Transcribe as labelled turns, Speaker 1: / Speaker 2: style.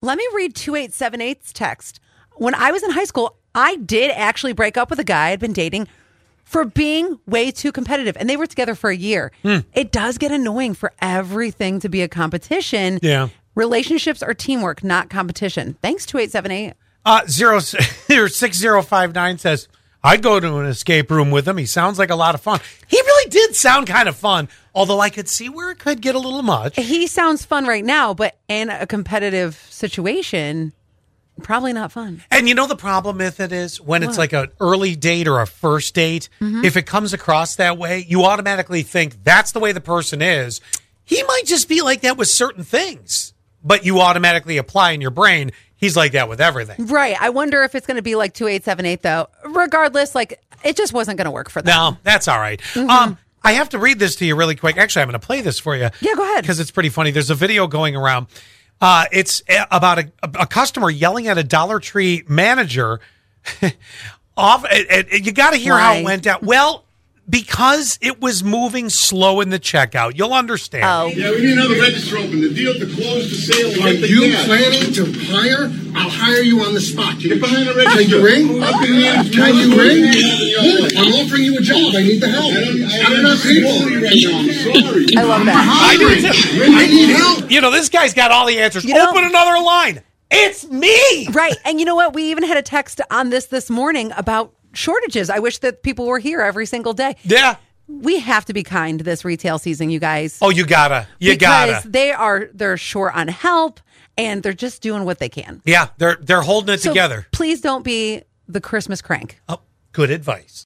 Speaker 1: Let me read 2878's text. When I was in high school, I did actually break up with a guy I'd been dating for being way too competitive, and they were together for a year. It does get annoying for everything to be a competition.
Speaker 2: Yeah.
Speaker 1: Relationships are teamwork, not competition. Thanks, 2878.
Speaker 2: Uh, zero or six zero five nine says I'd go to an escape room with him. He sounds like a lot of fun. He really did sound kind of fun, although I could see where it could get a little much.
Speaker 1: He sounds fun right now, but in a competitive situation, probably not fun.
Speaker 2: And you know the problem with it is when it's like an early date or a first date. If it comes across that way, you automatically think that's the way the person is. He might just be like that with certain things, but you automatically apply in your brain. He's like that with everything.
Speaker 1: Right. I wonder if it's going to be like 2878, though. Regardless, like, it just wasn't going to work for them.
Speaker 2: No, that's all right.
Speaker 1: Mm-hmm.
Speaker 2: Um, I have to read this to you really quick. Actually, I'm going to play this for you.
Speaker 1: Yeah, go ahead.
Speaker 2: Because it's pretty funny. There's a video going around. Uh, it's a- about a, a customer yelling at a Dollar Tree manager. off, it- it- you got to hear how
Speaker 1: Why?
Speaker 2: it went down. Well, because it was moving slow in the checkout. You'll understand.
Speaker 1: Oh.
Speaker 3: Yeah, we need another register open. The deal to close the sale.
Speaker 4: Are
Speaker 3: Get the
Speaker 4: you
Speaker 3: cash.
Speaker 4: planning to hire? I'll hire you on the spot.
Speaker 3: Get behind the register.
Speaker 4: Can you ring?
Speaker 3: Up in the air.
Speaker 4: Can you ring? Look,
Speaker 3: I
Speaker 4: I'm offering you a job. I need the help. I'm not people.
Speaker 3: you right now. I'm sorry.
Speaker 1: I love that.
Speaker 4: Hiring. I need help.
Speaker 2: You know, this guy's got all the answers.
Speaker 1: You know-
Speaker 2: Open another line. It's me.
Speaker 1: Right. And you know what? We even had a text on this this morning about shortages. I wish that people were here every single day.
Speaker 2: Yeah.
Speaker 1: We have to be kind this retail season, you guys.
Speaker 2: Oh, you gotta. You
Speaker 1: because
Speaker 2: gotta.
Speaker 1: they are they're short on help and they're just doing what they can.
Speaker 2: Yeah, they're they're holding it
Speaker 1: So
Speaker 2: together.
Speaker 1: Please don't be the Christmas crank.
Speaker 2: Oh, good advice.